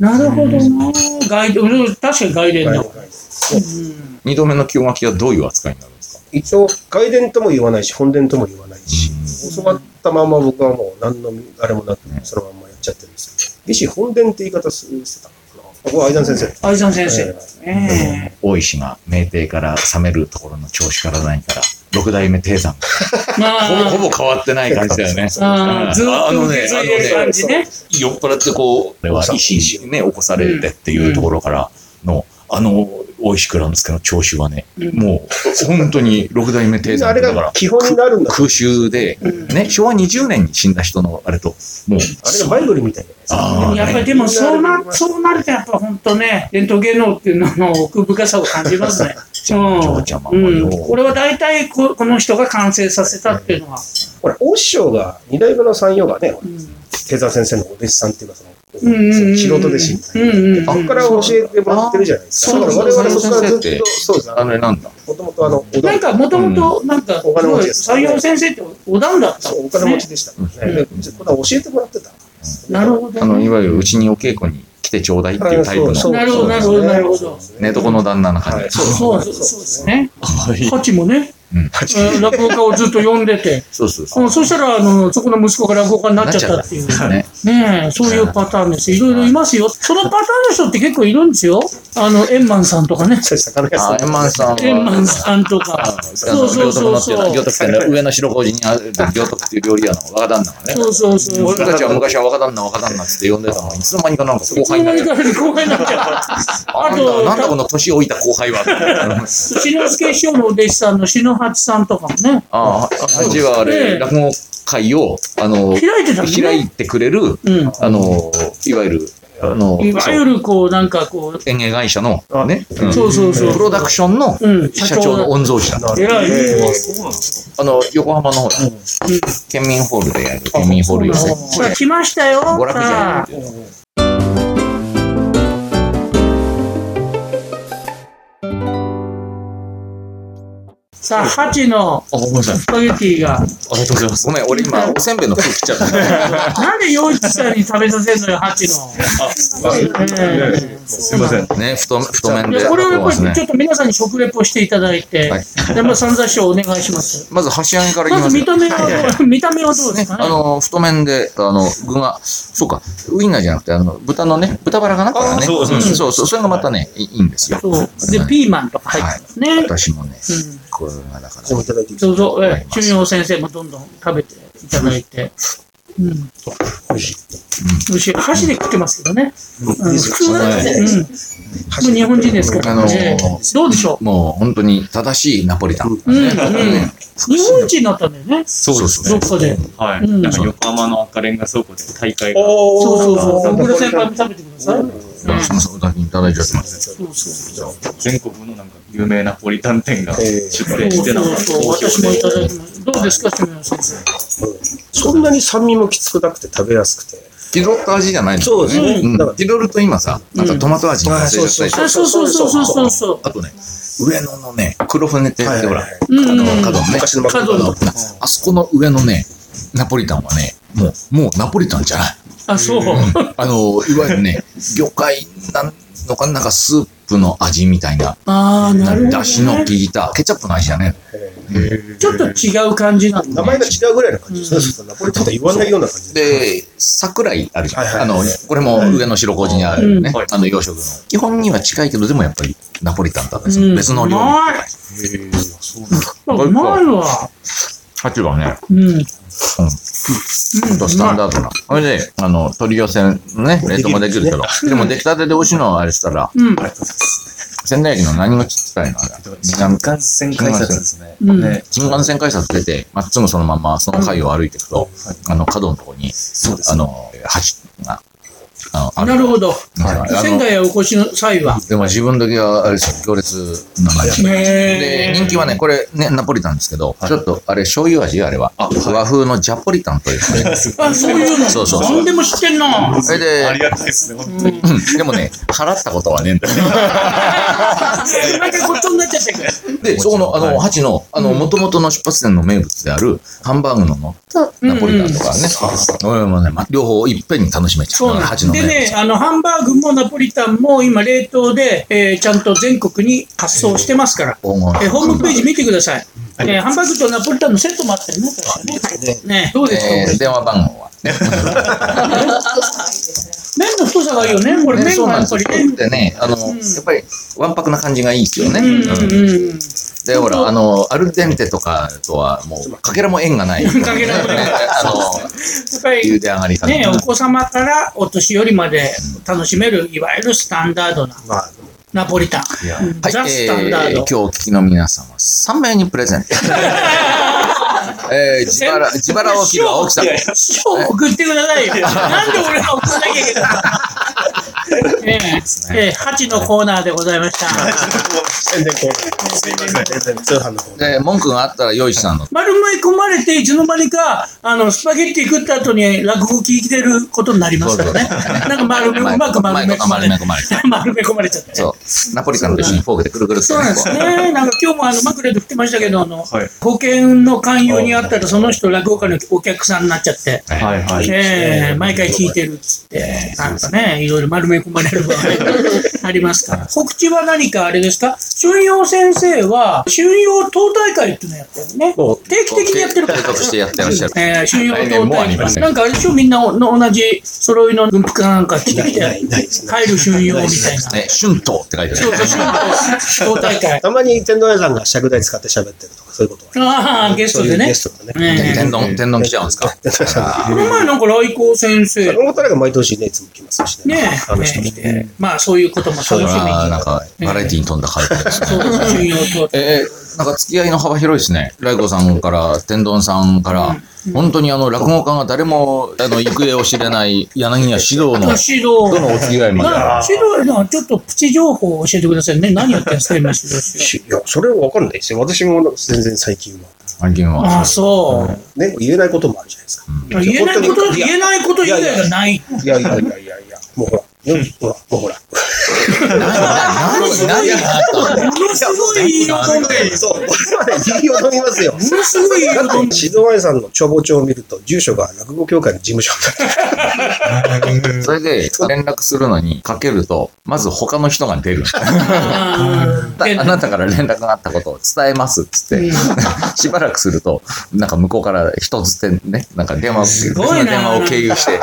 Speaker 2: なるほどな。外伝、うん確かに外伝だわ。うん
Speaker 3: 二度目の清巻きはどういう扱いになるんですか
Speaker 6: 一応、外伝とも言わないし、本殿とも言わないし、教わったまま僕はもう何のあれもなく、そのまんまやっちゃってるんですけど、義士本殿って言い方するしてたのかな。ここは相田先生。
Speaker 2: 愛さん先生。え
Speaker 3: 大石が名帝から冷めるところの調子から何から、六代目帝山が
Speaker 2: え。まあ、
Speaker 3: ほぼほぼ変わってない感じだよね。
Speaker 2: あーずーっと受け継いでる感じね。
Speaker 3: 酔っ払ってこう、これは石にね、起こされてっていうところからの、あの、大石倉之助の調子はね、
Speaker 2: うん
Speaker 3: もう、本当に六代目帝
Speaker 6: あ
Speaker 3: 山
Speaker 6: れ
Speaker 3: だから
Speaker 6: が、基本になるんだ。
Speaker 3: 空襲で、ね、昭和20年に死んだ人のあれと、もう、
Speaker 6: あれがバイブルみたいなやつ。
Speaker 3: あー
Speaker 2: やっぱりでもそうな、そうなるとやっぱ本当ね、伝統芸能っていうのの奥深さを感じますね。
Speaker 3: じゃあ、お茶ま
Speaker 2: う
Speaker 3: も
Speaker 2: ん。
Speaker 3: よ。
Speaker 2: これは大体ここの人が完成させたっていうのは。
Speaker 6: ほら、大師匠が、二代目の三葉がね、
Speaker 2: うん。
Speaker 6: 手沢先生のお弟子さんっていうか、その、
Speaker 2: うんうんうんうん
Speaker 6: 素人弟子みたいな。
Speaker 2: うんうんうん
Speaker 6: ここから教えてもらってるじゃないですか。
Speaker 2: あ
Speaker 6: だ
Speaker 2: ー
Speaker 6: か
Speaker 2: そう
Speaker 6: ら
Speaker 2: そう
Speaker 6: 我々そこからず
Speaker 3: そうそ
Speaker 6: っ
Speaker 3: う
Speaker 6: と、そうです。
Speaker 3: あれなんだ。
Speaker 6: もともとあの、お
Speaker 2: なんかもともと、なんか、す
Speaker 6: お金
Speaker 2: ご
Speaker 6: 持
Speaker 2: い
Speaker 6: ちです
Speaker 2: 採用先生ってお段だった
Speaker 6: そ
Speaker 2: もん
Speaker 6: う、
Speaker 2: で
Speaker 6: お
Speaker 2: す
Speaker 6: 金
Speaker 2: ね
Speaker 6: 持ちでしたからね。でちょっとこれは教えてもらってた。
Speaker 2: なるほ
Speaker 3: あ
Speaker 2: ど
Speaker 3: の、
Speaker 2: ね。
Speaker 3: いわゆるうちにお稽古に来てちょうだいってい
Speaker 6: あ
Speaker 3: うタイプ
Speaker 6: そうそう
Speaker 3: の、
Speaker 2: なるほどなるほどなるほど
Speaker 3: 寝床の旦那の感
Speaker 6: は
Speaker 3: じ
Speaker 6: い。
Speaker 2: そうそうそうです。ね。
Speaker 3: 可愛い
Speaker 2: 価値もね、
Speaker 3: うん
Speaker 2: うん落語家をずっと呼んでて。
Speaker 3: そうそうそ
Speaker 2: うん
Speaker 3: う。
Speaker 2: そしたら、あの、そこの息子が落語家になっちゃったっていう。
Speaker 3: ね。
Speaker 2: ねえ、そういうパターンです。いろいろいますよ。そのパターンの人って結構いるんですよ。あの、円満さんとかね。
Speaker 6: そうです魚屋さ
Speaker 3: あ、
Speaker 6: ん。
Speaker 3: エマンさん
Speaker 2: 円
Speaker 3: は、
Speaker 2: 満さんと
Speaker 3: あ
Speaker 2: か。
Speaker 3: の
Speaker 2: そうそう
Speaker 3: 行徳
Speaker 2: そう
Speaker 3: のってい
Speaker 2: そうう。
Speaker 3: のは、行徳店の上の白小路にある行徳っていう料理屋の若旦那がね。
Speaker 2: そうそうそう。
Speaker 3: 俺たちは昔は若旦那、若旦那っつって呼んでたのに、いつの間にかなんか後
Speaker 2: いつ
Speaker 3: 輩
Speaker 2: の
Speaker 3: にな
Speaker 2: 間
Speaker 3: っ
Speaker 2: に
Speaker 3: ちゃう。
Speaker 2: か後輩になっちゃう。あ
Speaker 3: あなんだこ
Speaker 2: と、
Speaker 3: の年老いた後輩 は。
Speaker 2: 篠之助師匠のお弟子さんの篠八さんとかもね、
Speaker 3: ああ、感じはあ
Speaker 2: ええ
Speaker 3: れ、落語会を、あの、
Speaker 2: 開いてたん
Speaker 3: 開い
Speaker 2: ね。
Speaker 3: てくれる、
Speaker 2: うん。
Speaker 3: あの、いわゆる、あの、
Speaker 2: いわゆるこう、なんかこう、
Speaker 3: 演芸会社の、ね、うん
Speaker 2: そうそうそう。
Speaker 3: プロダクションの
Speaker 2: うん
Speaker 3: 社長の御曹司だ。
Speaker 2: 偉いね
Speaker 3: あの、横浜のほら、県民ホールでやる、県民ホール寄せ。
Speaker 2: ほら来ましたよ。
Speaker 3: 娯楽じゃ
Speaker 2: さ
Speaker 3: ん。
Speaker 2: さあ、ハチの
Speaker 3: あ、ごめんなさい。
Speaker 2: スパゲティが、
Speaker 3: ありがとうございます。ごめん、俺今、おせんべいの服着ちゃった。
Speaker 2: なんで洋一さんに食べさせるのよ、ハチの。ええ
Speaker 4: すいません。
Speaker 3: ね、太め、太麺
Speaker 2: い
Speaker 3: で。
Speaker 2: やこれをやっぱ
Speaker 3: ね
Speaker 2: りちょっと皆さんに食レポしていただいて、
Speaker 3: はい
Speaker 2: 山田さん雑誌をお願いします。
Speaker 3: まず、箸上げからいき
Speaker 2: ま
Speaker 3: ま
Speaker 2: ず
Speaker 3: す
Speaker 2: 見
Speaker 3: ね。
Speaker 2: た目は、見た目はどうで
Speaker 3: ね
Speaker 2: す、かね
Speaker 3: あの、太麺で、あの、具が、そうか、ウインナーじゃなくて、あの、豚のね、豚バラかなこれはね。
Speaker 4: そうそう
Speaker 3: うん
Speaker 4: そう
Speaker 3: そうそう、それがまたね、いいいんですよ。
Speaker 2: そう。で
Speaker 3: は、い
Speaker 2: ピーマンとか入ってますね。
Speaker 3: 私もね、
Speaker 2: うん
Speaker 3: これがだか
Speaker 6: 私も
Speaker 3: ら
Speaker 6: い、ただいていいです
Speaker 2: どうぞ、
Speaker 3: わか
Speaker 2: え
Speaker 3: りま
Speaker 2: 中
Speaker 3: す
Speaker 2: 央先生もどんどん食べていただいて。うん。
Speaker 6: か美味しい。
Speaker 2: むしろ箸で食ってますけどね。うん
Speaker 6: いいです
Speaker 2: 普
Speaker 6: よ
Speaker 2: 通なん
Speaker 3: は
Speaker 2: で
Speaker 3: い
Speaker 2: すね。うん。日本人ですから。
Speaker 3: あのー
Speaker 2: ええどうでしょ
Speaker 3: もう本当に正しいナポリタン。
Speaker 2: う。うん。うん。日本一になったんだよね。
Speaker 4: そうですね
Speaker 2: どっかで。
Speaker 4: は
Speaker 2: うん
Speaker 4: い。なんか横浜の赤レンガ倉庫で大会が。
Speaker 6: お
Speaker 2: そうそうそう。
Speaker 6: ー
Speaker 2: 小倉先輩も食べてください。うん
Speaker 3: すみません、お宅にいただいちゃってます。
Speaker 2: そうそう。
Speaker 4: 全国のなんか有名なポリタン店が
Speaker 6: え
Speaker 4: 出
Speaker 6: ー
Speaker 4: 店してなんか
Speaker 2: そう
Speaker 4: 好
Speaker 2: そうそう。私もい
Speaker 4: 評で
Speaker 2: ただいてます。どうですか、中央先生。
Speaker 6: そんなに酸味もきつくなくて食べやすくて。
Speaker 3: キロット味じゃないの
Speaker 6: そうですね
Speaker 3: ん
Speaker 6: だから
Speaker 3: キロルと今さ、なんかトマト味に
Speaker 6: あ
Speaker 3: 忘
Speaker 6: そ
Speaker 3: れ
Speaker 6: う
Speaker 3: ちゃ
Speaker 6: そ
Speaker 2: あそう
Speaker 3: ったり
Speaker 6: うそう
Speaker 2: そうそうそうそうそ
Speaker 3: あとね、上野のね、黒船って、
Speaker 6: はい
Speaker 3: ほら、
Speaker 2: う。うん。
Speaker 3: 角のね、
Speaker 6: 昔のマク
Speaker 2: 角
Speaker 6: ドナル
Speaker 2: の
Speaker 6: ド。
Speaker 3: あそこの上のね、ナポリタンはね、もう、もうナポリタンじゃない。
Speaker 2: あ、そう。
Speaker 3: あの、いわゆるね、魚介なんのかななんかスープの味みたいな、
Speaker 2: ああ、なるほど、
Speaker 3: だしの
Speaker 2: ね。
Speaker 3: 効いた、ケチャップの味だね。
Speaker 2: ちょっと違う感じなんだ
Speaker 6: 名。前が違うぐらいの感じですね。そうそうナポリタンとは言わないような感じで。
Speaker 3: で、桜井あるじゃん。
Speaker 6: はいはい
Speaker 3: あの、これも上の白麹にあるね、
Speaker 4: う
Speaker 3: あ
Speaker 4: ん
Speaker 3: の洋食の。基本には近いけど、でもやっぱりナポリタンだったんです
Speaker 2: う
Speaker 3: よ。
Speaker 2: ん
Speaker 3: 別の料理。
Speaker 2: うまいあうまいわ。
Speaker 3: 八はね、
Speaker 2: うん。うん。
Speaker 3: ほんとスタンダードな。それで、あの、取り寄せのね、冷凍もできるけど。でも出来たてで美味しいのはあれしたら、
Speaker 2: うん。
Speaker 3: 仙台駅の何がちっちゃいのあれ。南
Speaker 4: 新幹線改札ですね。
Speaker 2: うん
Speaker 4: ね
Speaker 3: 新幹線改札出て、まっすぐそのまま、その階を歩いていくと、あの、角のとこに、
Speaker 4: そうです
Speaker 3: あの、橋が、あの、あ
Speaker 2: なるほど。
Speaker 3: はいあの
Speaker 2: 仙台へお越しの際は。
Speaker 3: でも自分だけは、あれですよ行列の中に。
Speaker 2: ね、
Speaker 3: で人気はね、これね、ナポリタンですけど、ちょっと、あれ、醤油味よあれは。和風のジャポリタンというね。
Speaker 2: あ、そういうの。
Speaker 3: そうそうそう
Speaker 2: 何でも知 ってんな。
Speaker 3: それ
Speaker 4: あり
Speaker 3: で、
Speaker 4: がたいですね、本当に。
Speaker 3: うんでもね、払ったことはねえんだよ
Speaker 2: なんかごっちゃになっちゃったけど。
Speaker 3: で、そこの、あの、ハチの、あの、元々の出発点の名物である、ハンバーグの乗ったナポリタンとかね。俺もね、ま両方いっぺんに楽しめちゃう。
Speaker 2: そうなん
Speaker 3: ハ
Speaker 2: で
Speaker 3: チ
Speaker 2: す。
Speaker 3: の
Speaker 2: で
Speaker 3: 名
Speaker 2: ね
Speaker 3: 物。、
Speaker 2: あの、ハンバーグもナポリタンも今冷凍で、えーちゃんと全国に発送してますから。
Speaker 3: 黄金の
Speaker 2: えーホームページ見てください。えーハンバーグとナポリタンのセットもあったよね。確かねねどうですか、
Speaker 3: え
Speaker 2: これ
Speaker 3: ー電話番号は。
Speaker 2: 麺の太さがいいよね。これ
Speaker 3: ね
Speaker 2: 麺
Speaker 3: そう
Speaker 2: が
Speaker 3: なん
Speaker 2: やっ
Speaker 3: です
Speaker 2: ぱ
Speaker 3: よ
Speaker 2: り
Speaker 3: 太
Speaker 2: ね
Speaker 3: く。てね、あの、やっぱり、わんぱくな感じがいいですよね。
Speaker 2: うん
Speaker 3: うん
Speaker 2: うんうん。
Speaker 3: で、ほら、あの、アルデンテとかとは、もう、かけらも縁がない。
Speaker 2: かけらも縁がない
Speaker 3: ねあの、
Speaker 2: やっぱ
Speaker 3: 茹
Speaker 2: り
Speaker 3: で上がり方。
Speaker 2: ね、お子様からお年寄りまで楽しめる、いわゆるスタンダードな
Speaker 6: まあ、
Speaker 2: ナポリタン。うん
Speaker 3: はい、
Speaker 2: ザ・スタンダー
Speaker 3: えー
Speaker 2: ド
Speaker 3: 今。日お聞きの皆様、3名にプレゼン ト。えー、自腹、自腹を切る青木さん。
Speaker 2: いやいや師匠送ってくださいよ。なんで俺が送んなきゃいけないの ええ、ええ、ハチのコーナーでございました。
Speaker 6: 宣伝コーナー。すいません。全然通販の方で。
Speaker 3: で、文句があったら、よいさんの。
Speaker 2: 丸め込まれて、いつの間にか、あの、スパゲッティ食った後に落語聞いてることになりますからね。なんか丸め、うまく丸め込まれ
Speaker 3: 丸め込まれて。
Speaker 2: 丸め込まれちゃって。
Speaker 3: そう。ナポリタンと一緒にフォークでくるくるっと
Speaker 2: そうなんですね。なんか今日もあの、マクレで振ってましたけど、あの、
Speaker 4: はい。
Speaker 2: 保険の勧誘にあったら、その人落語家のお客さんになっちゃって。
Speaker 4: はいはい。
Speaker 2: ええ毎回聞いてるっつって、なんかね、いろいろ丸め込まれる場合がありますから。告知は何かあれですか春陽先生は、春陽党大会っていうのやってるね。
Speaker 6: お
Speaker 2: 定期的にやってるから
Speaker 3: 計。画してやってらっしゃる。
Speaker 2: えー、春陽
Speaker 3: 来年
Speaker 2: 党
Speaker 3: もあり
Speaker 2: 大
Speaker 3: ます
Speaker 2: 会。
Speaker 3: ね
Speaker 2: なんかあれでしょみんなおの同じ揃いの軍服かなんか着てきて、
Speaker 6: ないないですね
Speaker 2: 帰る春陽みたいな。
Speaker 3: ね、春闘って書いてある。
Speaker 2: そう、党大 会。
Speaker 6: たまに天童屋さんが尺台使って喋ってるとか、そういうことはある。
Speaker 2: ああ、ゲストで
Speaker 6: そういう
Speaker 2: ね
Speaker 6: ゲ。ストでね。
Speaker 2: ねえ
Speaker 3: 天丼、天丼来ちゃうんですか
Speaker 6: 天童屋さ
Speaker 2: こ
Speaker 6: ん
Speaker 2: の前なんか来光先生
Speaker 6: が。この方が毎年ね、いつも来ますし
Speaker 2: ね
Speaker 6: ね。
Speaker 2: え
Speaker 6: あの人も
Speaker 2: ね。えまあそういうことも楽しみに。
Speaker 3: あーなんか、バラエティに富んだ回答ですね。
Speaker 2: そうです、春陽党大会。
Speaker 3: えー、なんか付き合いの幅広いですね。ライコさんから、天丼さんから、本当にあの、落語家が誰も、あの、行方を知れない、柳家指導の、
Speaker 2: 指導。
Speaker 3: とのお付き合いまで。
Speaker 2: な指導のちょっとプチ情報を教えてくださいね。何やってんですか、今指導して。
Speaker 6: いや、それはわかんないですよ。私も全然最近は。
Speaker 3: 最近
Speaker 2: あ
Speaker 3: は
Speaker 2: あ、。そう。
Speaker 6: ね、言えないこともあるじゃないですか。
Speaker 2: 言えないこと、
Speaker 6: いや
Speaker 2: 言えないこと以外がない。
Speaker 6: いやいやいやいやいや、もうほら、よほら、もうほら。
Speaker 3: 何何何があったの
Speaker 2: ものすごいいい音
Speaker 6: そう、これ はね、いい音見ますよ。
Speaker 2: ものすごいいい
Speaker 6: だ
Speaker 2: 音
Speaker 6: って、静岡さんの帳簿帳を見ると、住所が落語協会の事務所になって
Speaker 3: それで連絡するのにかけると、まず他の人が出る。
Speaker 2: あ
Speaker 3: あ
Speaker 2: ー
Speaker 3: なたから連絡があったことを伝えますっつっ
Speaker 2: う
Speaker 3: て
Speaker 2: ん、
Speaker 3: しばらくすると、なんか向こうから人つってね、なんか電話を、
Speaker 2: すごいな
Speaker 3: 別の電話を経由して、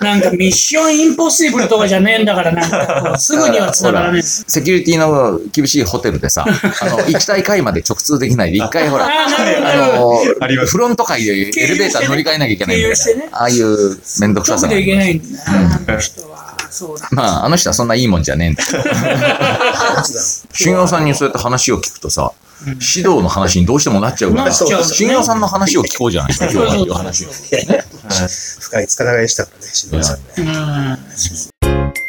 Speaker 2: なんかミッションインポッシブルとかじゃねえんだからなんかこうすぐには繋がらないです。
Speaker 3: セキュリティの厳しいホテルでさ、あの、行きたい階まで直通できないで、一回ほ
Speaker 2: あ
Speaker 3: ら、
Speaker 2: あ、なるほどなるほど。
Speaker 3: あ
Speaker 4: ありま
Speaker 3: の、
Speaker 4: す
Speaker 3: フロント階でエレベーター乗り換えなきゃいけないんだ
Speaker 2: 経由して
Speaker 3: よ
Speaker 2: ね
Speaker 3: ね。ああいうめんどくささ
Speaker 2: 直
Speaker 3: があ
Speaker 2: でいけ
Speaker 3: りま
Speaker 2: な
Speaker 3: す。
Speaker 2: いんだな、あの人は。そうだ。
Speaker 3: まあ、あの人はそんないいもんじゃねえ んだけど、
Speaker 6: ます。
Speaker 3: 俊陽さんにそうやって話を聞くとさ、指導の話にどうしてもなっちゃうから、
Speaker 2: なっちゃうね
Speaker 3: 俊陽さんの話を聞こうじゃないですか、今日はっていう話を。
Speaker 6: 深い塚田でしたからね、静岡さんね。
Speaker 2: うん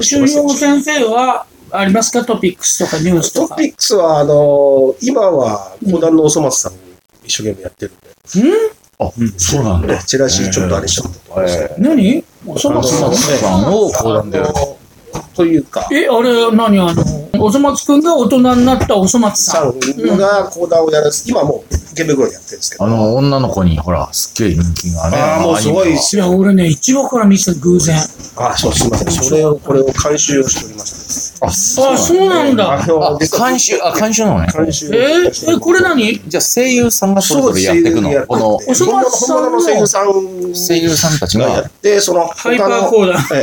Speaker 2: 修行先生はありますかトピックスとかニュースと
Speaker 6: ト
Speaker 2: か。
Speaker 6: ピックスは、あの、今は、講談のおそ松さんを一生懸命やってるんで、
Speaker 3: あ、そうなんだ。
Speaker 6: チラシちょっとあれしとったと思うんですけど
Speaker 2: ん何おそ松さん
Speaker 3: おそ松さんを講談でやる
Speaker 6: あのというか、
Speaker 2: え、あれ、何あの、おそ松くんが大人になったおそ松
Speaker 6: さ
Speaker 2: さん。
Speaker 6: んが講談をやらす、今もう池袋でやってるんですけど、
Speaker 3: あの、女の子に、ほら、すっげえ人気がね。
Speaker 6: あーもうすごい
Speaker 3: アニメはい
Speaker 2: や、俺ね、一話から見せた偶然。
Speaker 6: あそう、すみません。それを、これを監修をしておりました。
Speaker 3: あ、
Speaker 2: あ、そうなんだ。
Speaker 6: あの
Speaker 3: あ、監修、あ、監修なのね。
Speaker 6: 監修
Speaker 2: えーえ、これ何
Speaker 3: じゃあ声優さんがそれぞれやっていくの。この
Speaker 2: おそ松さんの
Speaker 6: 本物の声優さん
Speaker 3: 声優さんたち
Speaker 6: がや
Speaker 3: が
Speaker 6: っ、て、その
Speaker 2: ハイ
Speaker 6: 他
Speaker 2: パー
Speaker 6: の
Speaker 2: コ、ーダー。
Speaker 6: ええ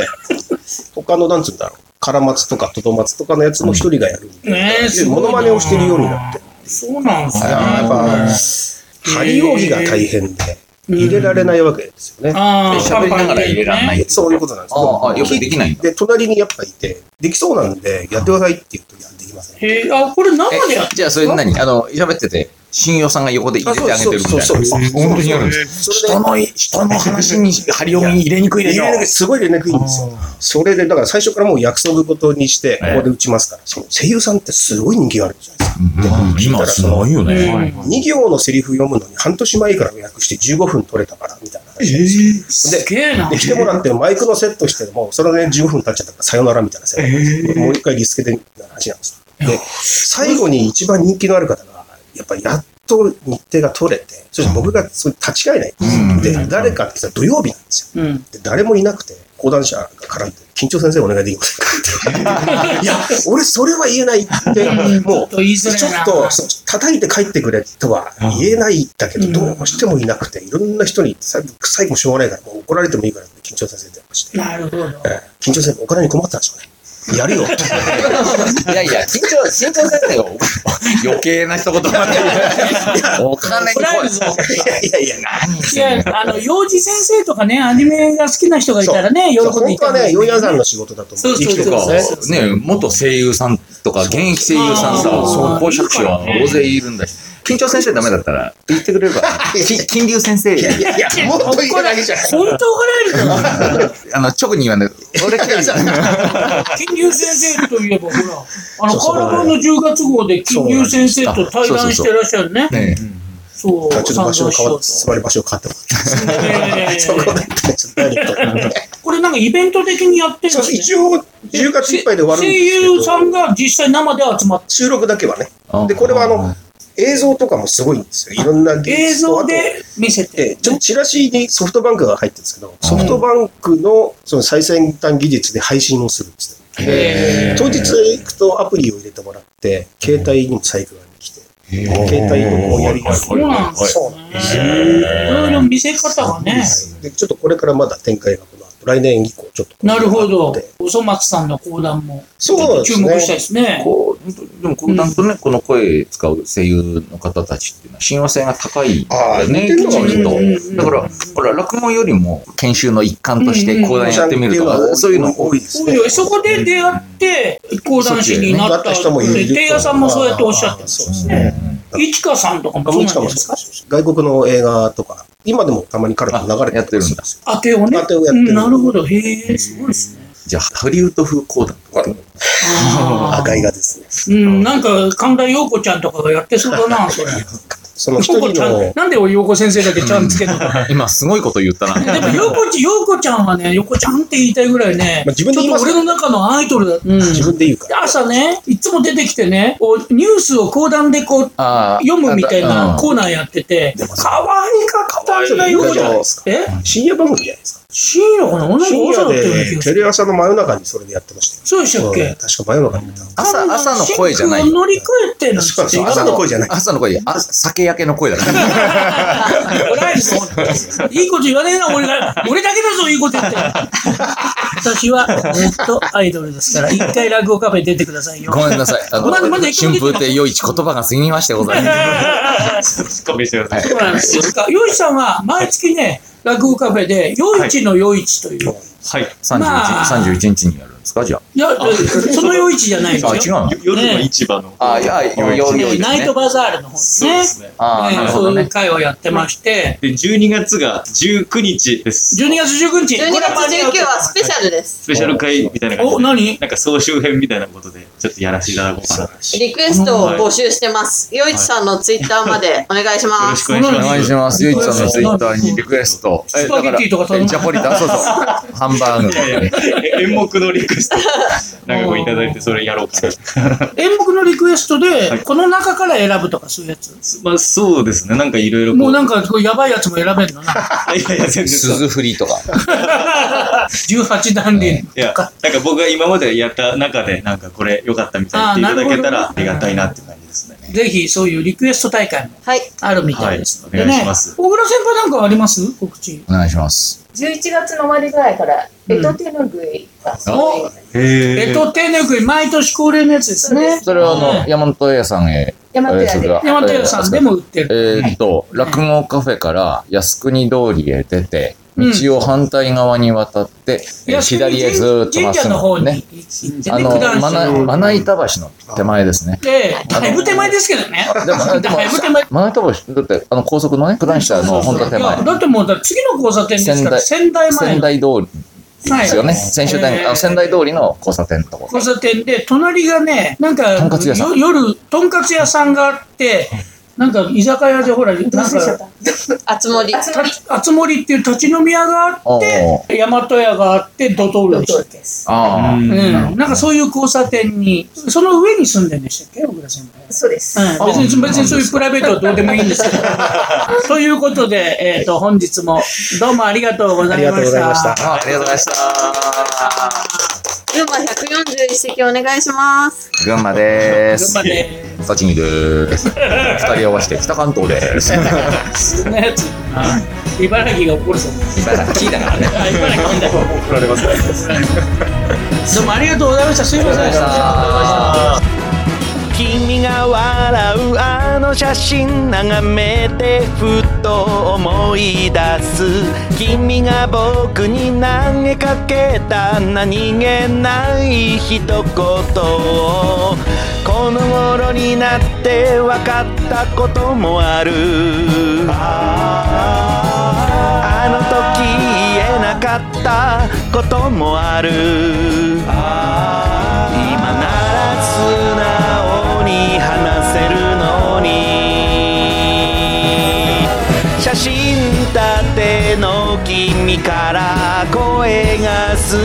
Speaker 6: 他の、なんつうんだろう。カラマツとかトドマツとかのやつも一人がやる。
Speaker 2: ねえ、すごい
Speaker 6: モ
Speaker 2: な
Speaker 6: ノマネをしてるようになって。
Speaker 2: そうなんですね。
Speaker 3: あー
Speaker 6: やっぱ、張り扇が大変で、入れられないわけですよね。
Speaker 2: ああ、
Speaker 3: 喋りながら入れらんない。
Speaker 6: そういうことなんですけ
Speaker 3: ああ、よく
Speaker 6: ど
Speaker 3: できないんだ。
Speaker 6: で、隣にやっぱいて、できそうなんで、やってくださいって言うと、いや、できません。
Speaker 2: へえ、あ、これ生
Speaker 3: え
Speaker 2: でやっ
Speaker 3: じゃあそれ何あの、喋ってて、信用さんが横で入れてあげてるみたいな。
Speaker 6: あそうそうそうそう
Speaker 3: あ本当にやるんです
Speaker 6: それで
Speaker 3: 人の、人の話に張り込み入れにくいでしょ
Speaker 6: 入。れなきゃすごい連絡いいんですよ。それで、だから最初からもう約束事にして、こ
Speaker 3: ええ
Speaker 6: こで打ちますから、その声優さんってすごい人気があるじゃないですか。
Speaker 3: うん今すごいよ
Speaker 2: て。
Speaker 3: ね。
Speaker 6: 2行のセリフ読むのに半年前から予約して15分取れたから、みたいな。
Speaker 2: すげえな
Speaker 6: で、。来てもらってマイクのセットしても、それで15分経っちゃったからさよならみたいなセット。もう一回リスケでみたいな話なんですよ。で、最後に一番人気のある方が、やっぱりやっと日程が取れて、そして僕がそれ立ち会えないんですよ。で、誰かってさ、土曜日なんですよ。
Speaker 2: うん。
Speaker 6: で誰もいなくて、講談社が絡んで、緊張先生お願いできませんか って。いや、俺それは言えないって、もう、
Speaker 2: と言い
Speaker 6: ち
Speaker 2: づ
Speaker 6: ょ
Speaker 2: らいな。
Speaker 6: っとそう叩いて帰ってくれとは言えないんだけど、どうしてもいなくて、いろんな人に最後、最後しょうがないから、もう怒られてもいいからって緊張先生に電話して、
Speaker 2: なるほど。
Speaker 6: ええ緊張先生、お金に困ってたんでしょうね。やるよ って。
Speaker 3: いやいや、緊張、緊張先生がお余計な一言まで。お金に
Speaker 2: こらえるぞ。
Speaker 6: いやいやいや、
Speaker 3: 何
Speaker 2: いや、あの、幼児先生とかね、アニメが好きな人がいたらね、喜
Speaker 6: そう
Speaker 2: ぶ
Speaker 6: 本
Speaker 2: い
Speaker 6: 当
Speaker 2: ただ
Speaker 6: はね、
Speaker 2: け
Speaker 6: ヨ
Speaker 2: ど
Speaker 6: イヤーさんの仕事だと思う。
Speaker 2: そうそうそう
Speaker 6: 生きてるからね
Speaker 3: とか、ね、元声優さんとか、現役声優さんさ、
Speaker 2: そう
Speaker 3: そう、公爵士は大勢いるんだし、緊張先生ダメだったら、言ってくれれば、 き金流先生、
Speaker 6: いやいや、もっといただけじゃない。
Speaker 2: 本当怒られるぞ。
Speaker 3: あの、直に言わない。俺来て るじゃん。
Speaker 2: 金融先生といえば、ほら、あ の、
Speaker 6: そう
Speaker 2: カ
Speaker 6: そう
Speaker 2: ーラ版の10月号で金融先生と対談してらっしゃるね。
Speaker 3: ね
Speaker 2: そう、
Speaker 6: ちょっと場所を変わって、
Speaker 2: 三
Speaker 6: 座り場所を変わっても
Speaker 2: 蔵師匠といやいやいやいや
Speaker 6: ら って、そこで、ちょっと何言ってんの
Speaker 2: これなんかイベント的にやってる
Speaker 6: そ
Speaker 2: ん
Speaker 6: う
Speaker 2: ですね。
Speaker 6: 一応、10月いっぱいで終わるん
Speaker 2: 声
Speaker 6: ですけど
Speaker 2: 優さんが実際生で集まって、
Speaker 6: 収録だけはね。で、これはあの、映像とかもすごいんですよ。いろんな技
Speaker 2: 映
Speaker 6: 術と
Speaker 2: 像で見せ
Speaker 6: あと
Speaker 2: て
Speaker 6: えー。ちょっとチラシにソフトバンクが入ってるんですけど、ソフトバンクのその最先端技術で配信をするんですよ。
Speaker 2: へー
Speaker 6: 当日行くとアプリを入れてもらって、携帯にもサイクルができて、携帯のこうやり方
Speaker 2: そうなんです
Speaker 6: そうなんですよ
Speaker 2: ね。いろいろ見せ方がね。
Speaker 6: でちょっとこれからまだ展開がこの後、来年以降ちょっと。
Speaker 2: なるほど。おそ松さんの講談も
Speaker 6: そうで
Speaker 2: 注
Speaker 6: す
Speaker 2: 目したいで
Speaker 6: ね。
Speaker 2: すね。
Speaker 3: こう、でも、こうなんとね、この声使う声優の方たちっていうのは、親和性が高いんだよね、
Speaker 6: あー
Speaker 3: きちんと
Speaker 2: 似てるの
Speaker 3: だから、ほら、落語よりも研修の一環として講談やってみると
Speaker 6: お子さんって
Speaker 3: か、そういうの
Speaker 6: 多いです
Speaker 2: そう
Speaker 6: ね。
Speaker 2: よそこで出会って、講談師になった。
Speaker 6: 人もい
Speaker 2: で
Speaker 6: る。
Speaker 2: 定屋さんもそうやっておっしゃってま
Speaker 6: そうですす
Speaker 2: ね。
Speaker 6: ね。
Speaker 2: 一華さんとかも
Speaker 6: あ
Speaker 2: そ
Speaker 6: も
Speaker 2: う
Speaker 6: う
Speaker 2: な
Speaker 6: 一
Speaker 2: んじゃない
Speaker 6: 回も
Speaker 2: です
Speaker 6: そ
Speaker 2: か
Speaker 6: う。そう外国の映画とか、今でもたまに彼らも流れて
Speaker 3: あやってるんだ
Speaker 6: そう
Speaker 2: 当てをね
Speaker 6: 当。てをやって
Speaker 2: う
Speaker 6: る
Speaker 2: ん、なるほど。へえ、すごいですね。
Speaker 3: じゃあ、ハリウッド風講談とか。
Speaker 2: あー
Speaker 6: 赤いがですね。
Speaker 2: うん、なんか、神田陽子ちゃんとかがやってそうだな、それ。
Speaker 6: その一人
Speaker 2: ちゃん
Speaker 6: の、
Speaker 2: なんで俺、陽子先生だけちゃんつけ たのか。
Speaker 3: 今すごいこと言ったな。
Speaker 2: でも、陽子ち、陽子ちゃんはね、陽子ちゃんって言いたいぐらいね、
Speaker 6: まあ自分で言います
Speaker 2: ちょっと俺の中のアイドルだ。うん
Speaker 6: 自分で言うから。
Speaker 2: 朝ね、いつも出てきてね、こうニュースを講談でこう、
Speaker 3: あー
Speaker 2: 読むみたいな
Speaker 3: うん
Speaker 2: コーナーやってて、可愛いかったんじゃないよ
Speaker 6: 可愛いじゃないですか
Speaker 2: え
Speaker 6: 深夜番組じゃないですか。
Speaker 2: 深夜かな同じ
Speaker 6: 深
Speaker 2: 朝だ
Speaker 6: 夜
Speaker 2: ったような気
Speaker 6: で
Speaker 2: が、す
Speaker 6: テ
Speaker 2: る。
Speaker 6: レ朝の真夜中にそれでやってましたよ。
Speaker 2: そうでしたっ
Speaker 6: うん
Speaker 2: け
Speaker 6: 確か真夜中に見た。
Speaker 3: 朝、朝の声じゃない
Speaker 2: シン。クを乗り越えてなんて
Speaker 6: そ
Speaker 2: 言
Speaker 6: う
Speaker 2: って
Speaker 6: そう朝の声じゃない。
Speaker 3: 朝の声、あ酒焼けの声だから。
Speaker 2: 偉いですいいこと言わねえな、俺が。俺だけだぞ、いいこと言って。私はずっとアイドルですから、一回落語カフェに出てくださいよ。
Speaker 3: ごめんなさい。あの
Speaker 2: まだまだ、一個も出てない
Speaker 3: 春風亭よいち言葉が過ぎましてございま す。
Speaker 4: ツッコミしてください。
Speaker 2: そうなんですよ。洋一さんは毎月ね、落語カフェで、洋一の洋一という。い、
Speaker 4: はい。
Speaker 3: 31
Speaker 2: まあ
Speaker 3: 日、31日にやるんですかじゃ
Speaker 2: や、その洋一じゃない
Speaker 3: あ。あ、
Speaker 2: で
Speaker 3: 違
Speaker 2: す
Speaker 3: う
Speaker 2: よ。
Speaker 3: の
Speaker 4: よ夜の市場の。
Speaker 3: あ、いや、よ、よ、よ、
Speaker 2: ねナイトバザールの方です
Speaker 4: そう
Speaker 2: ね
Speaker 4: で。すね。
Speaker 3: ああ、
Speaker 2: ね
Speaker 3: なるほ
Speaker 2: そ
Speaker 3: ど
Speaker 2: ういう
Speaker 3: ね。
Speaker 2: 会をやってまして、
Speaker 4: で、12月が19日です。
Speaker 2: 12月19日。
Speaker 1: 12月19日はスペ
Speaker 2: ャ
Speaker 1: シャルです。
Speaker 4: スペシャル会みたいな感じ
Speaker 2: お、
Speaker 4: で。
Speaker 2: 何
Speaker 4: なんか総集編みたいなことで、ちょっとやらせていただこうかな。よ
Speaker 1: リクエストを募集してます。よいちさんのツイッターまでお願いしま
Speaker 4: ろし
Speaker 1: す。
Speaker 4: くお願いし
Speaker 3: お
Speaker 4: ます。
Speaker 3: 願いします。よいちさんのツイッターにリクエスト。
Speaker 2: スパゲティとか
Speaker 3: え
Speaker 2: 頼む
Speaker 3: だらえジャポリ タン、そうそう。ハンバ
Speaker 4: いや
Speaker 3: ー
Speaker 4: いや、 演目のリクエスト、 なんかこういただいて、それやろうかな。
Speaker 2: 演目のリクエストで
Speaker 4: い、
Speaker 2: この中から選ぶとかそういうやつ。
Speaker 4: まあ、そうですね。なんかいろいろ。
Speaker 2: もうなんんか、やばいやつも選べるのな。
Speaker 4: か。いやいや、全
Speaker 3: グ。
Speaker 4: 然
Speaker 3: ス
Speaker 4: そう。
Speaker 3: ズフリとか。
Speaker 2: 18段輪
Speaker 4: いや、
Speaker 2: とか。
Speaker 4: なんか僕が今までやった中で、なんかこれ良かったみたいに言っていただけた
Speaker 2: あーな
Speaker 4: ら
Speaker 2: るほ
Speaker 4: あ
Speaker 2: ど
Speaker 4: りがたいなっていう感じですね。
Speaker 2: ぜひ、そういうリクエスト大会も
Speaker 1: はい。
Speaker 2: あるみたいですので
Speaker 4: はいお
Speaker 2: ね。
Speaker 4: 願いし
Speaker 2: 小
Speaker 4: ます
Speaker 2: 倉先輩なんかあります告知。
Speaker 3: お願いします。
Speaker 5: 11月の終わりぐらいから、エト手の具いがすごい
Speaker 4: へ
Speaker 2: えっと、手ぬくい、毎年恒例のやつですね。
Speaker 3: それはあ
Speaker 2: う
Speaker 3: の、山本屋さんへ。
Speaker 5: 大和屋で。
Speaker 2: 大和屋さんでも売ってる。
Speaker 3: えーっと、落語カフェから靖国通りへ出て、
Speaker 2: うん
Speaker 3: 道を反対側に渡って、えー左へずーっとま
Speaker 2: 神
Speaker 3: っす
Speaker 2: 社
Speaker 3: ぐ
Speaker 2: の方に
Speaker 3: ね。
Speaker 2: 行って
Speaker 3: あ
Speaker 2: ね、
Speaker 3: の
Speaker 2: 九、段下
Speaker 3: まな、
Speaker 2: の。
Speaker 3: まな板橋の手前ですね。
Speaker 2: で、だいぶ手前ですけどね。
Speaker 3: でも、でも
Speaker 2: だいぶ手前、
Speaker 3: まな板橋、だって、あの、高速のね、九段下の本当手
Speaker 2: いやだ
Speaker 3: 前。
Speaker 2: ってもう、だって次の交差点ですから、仙台前
Speaker 3: 仙
Speaker 2: の
Speaker 3: 台通りですよね。先週
Speaker 2: え
Speaker 3: 店、
Speaker 2: ー
Speaker 3: あの仙台通りの交差点のとこ。
Speaker 2: 交差点で、隣がね、なんか、
Speaker 3: とんかつ屋さん
Speaker 2: よ夜、とんかつ屋さんがあって、なんか居酒屋でほら、なん
Speaker 5: どうせしちゃっ
Speaker 2: か、
Speaker 5: た。
Speaker 1: あつ森。
Speaker 5: あつ
Speaker 2: たあつ森っていう立ち飲み屋があって、大和屋があって、ドトールでしたっけ。
Speaker 3: あ
Speaker 4: うん
Speaker 2: うん、なんかそういう交差点に、その上に住んでんでしたっけ、小倉先輩。
Speaker 5: そうです。
Speaker 2: うん、別に別にそういうプライベートはどうでもいいんですけど。ということで、えっと本日もどうもありがとうござ
Speaker 6: あり
Speaker 2: い
Speaker 6: がと
Speaker 2: ま
Speaker 6: うご
Speaker 2: し
Speaker 6: ざいましたた。。
Speaker 3: あ。ありがとうございました。
Speaker 1: 群馬141席お願いします。
Speaker 3: 群馬で
Speaker 2: 群
Speaker 3: す
Speaker 2: 馬。です。
Speaker 3: 栃木です。二人合わせて北関東です。
Speaker 2: そんなやつ茨城が怒るぞ
Speaker 3: 茨城だからね。
Speaker 2: あ 茨城なんだ怒られます どうもありがとうございましたすいません
Speaker 3: ありがとうございました
Speaker 7: 君が笑うあの写真眺めてふと思い出す君が僕に投げかけた何気ない一言をこの頃になって分かったこともあるあの時言えなかったこともある今なら素直に話せるのに写真立ての君から声がする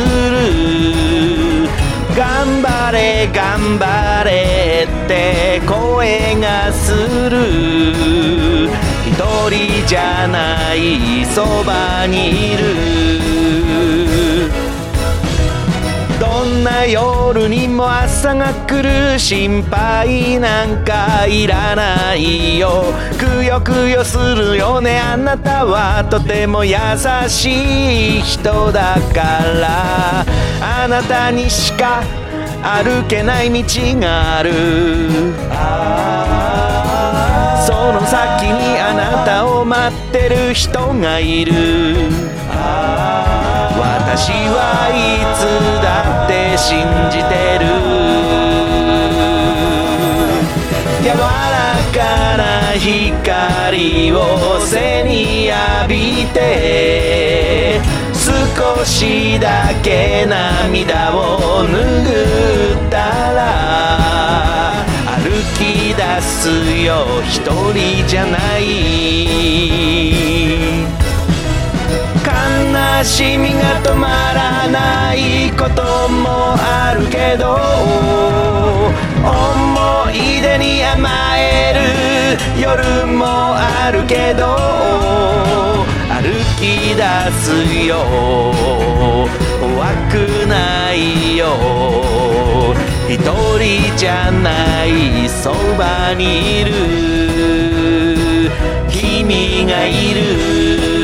Speaker 7: 頑張れ頑張れって声がする一人じゃないそばにいるどんな夜にも朝が来る心配なんかいらないよくよくよするよねあなたはとても優しい人だからあなたにしか歩けない道があるその先にあなたを待ってる人がいる私はいつだって信じてる柔らかな光を背に浴びて少しだけ涙を拭ったら歩き出すですよ一人じゃない悲しみが止まらないこともあるけど思い出に甘える夜もあるけど歩き出すよ怖くないよ一人じゃないそばにいる君がいる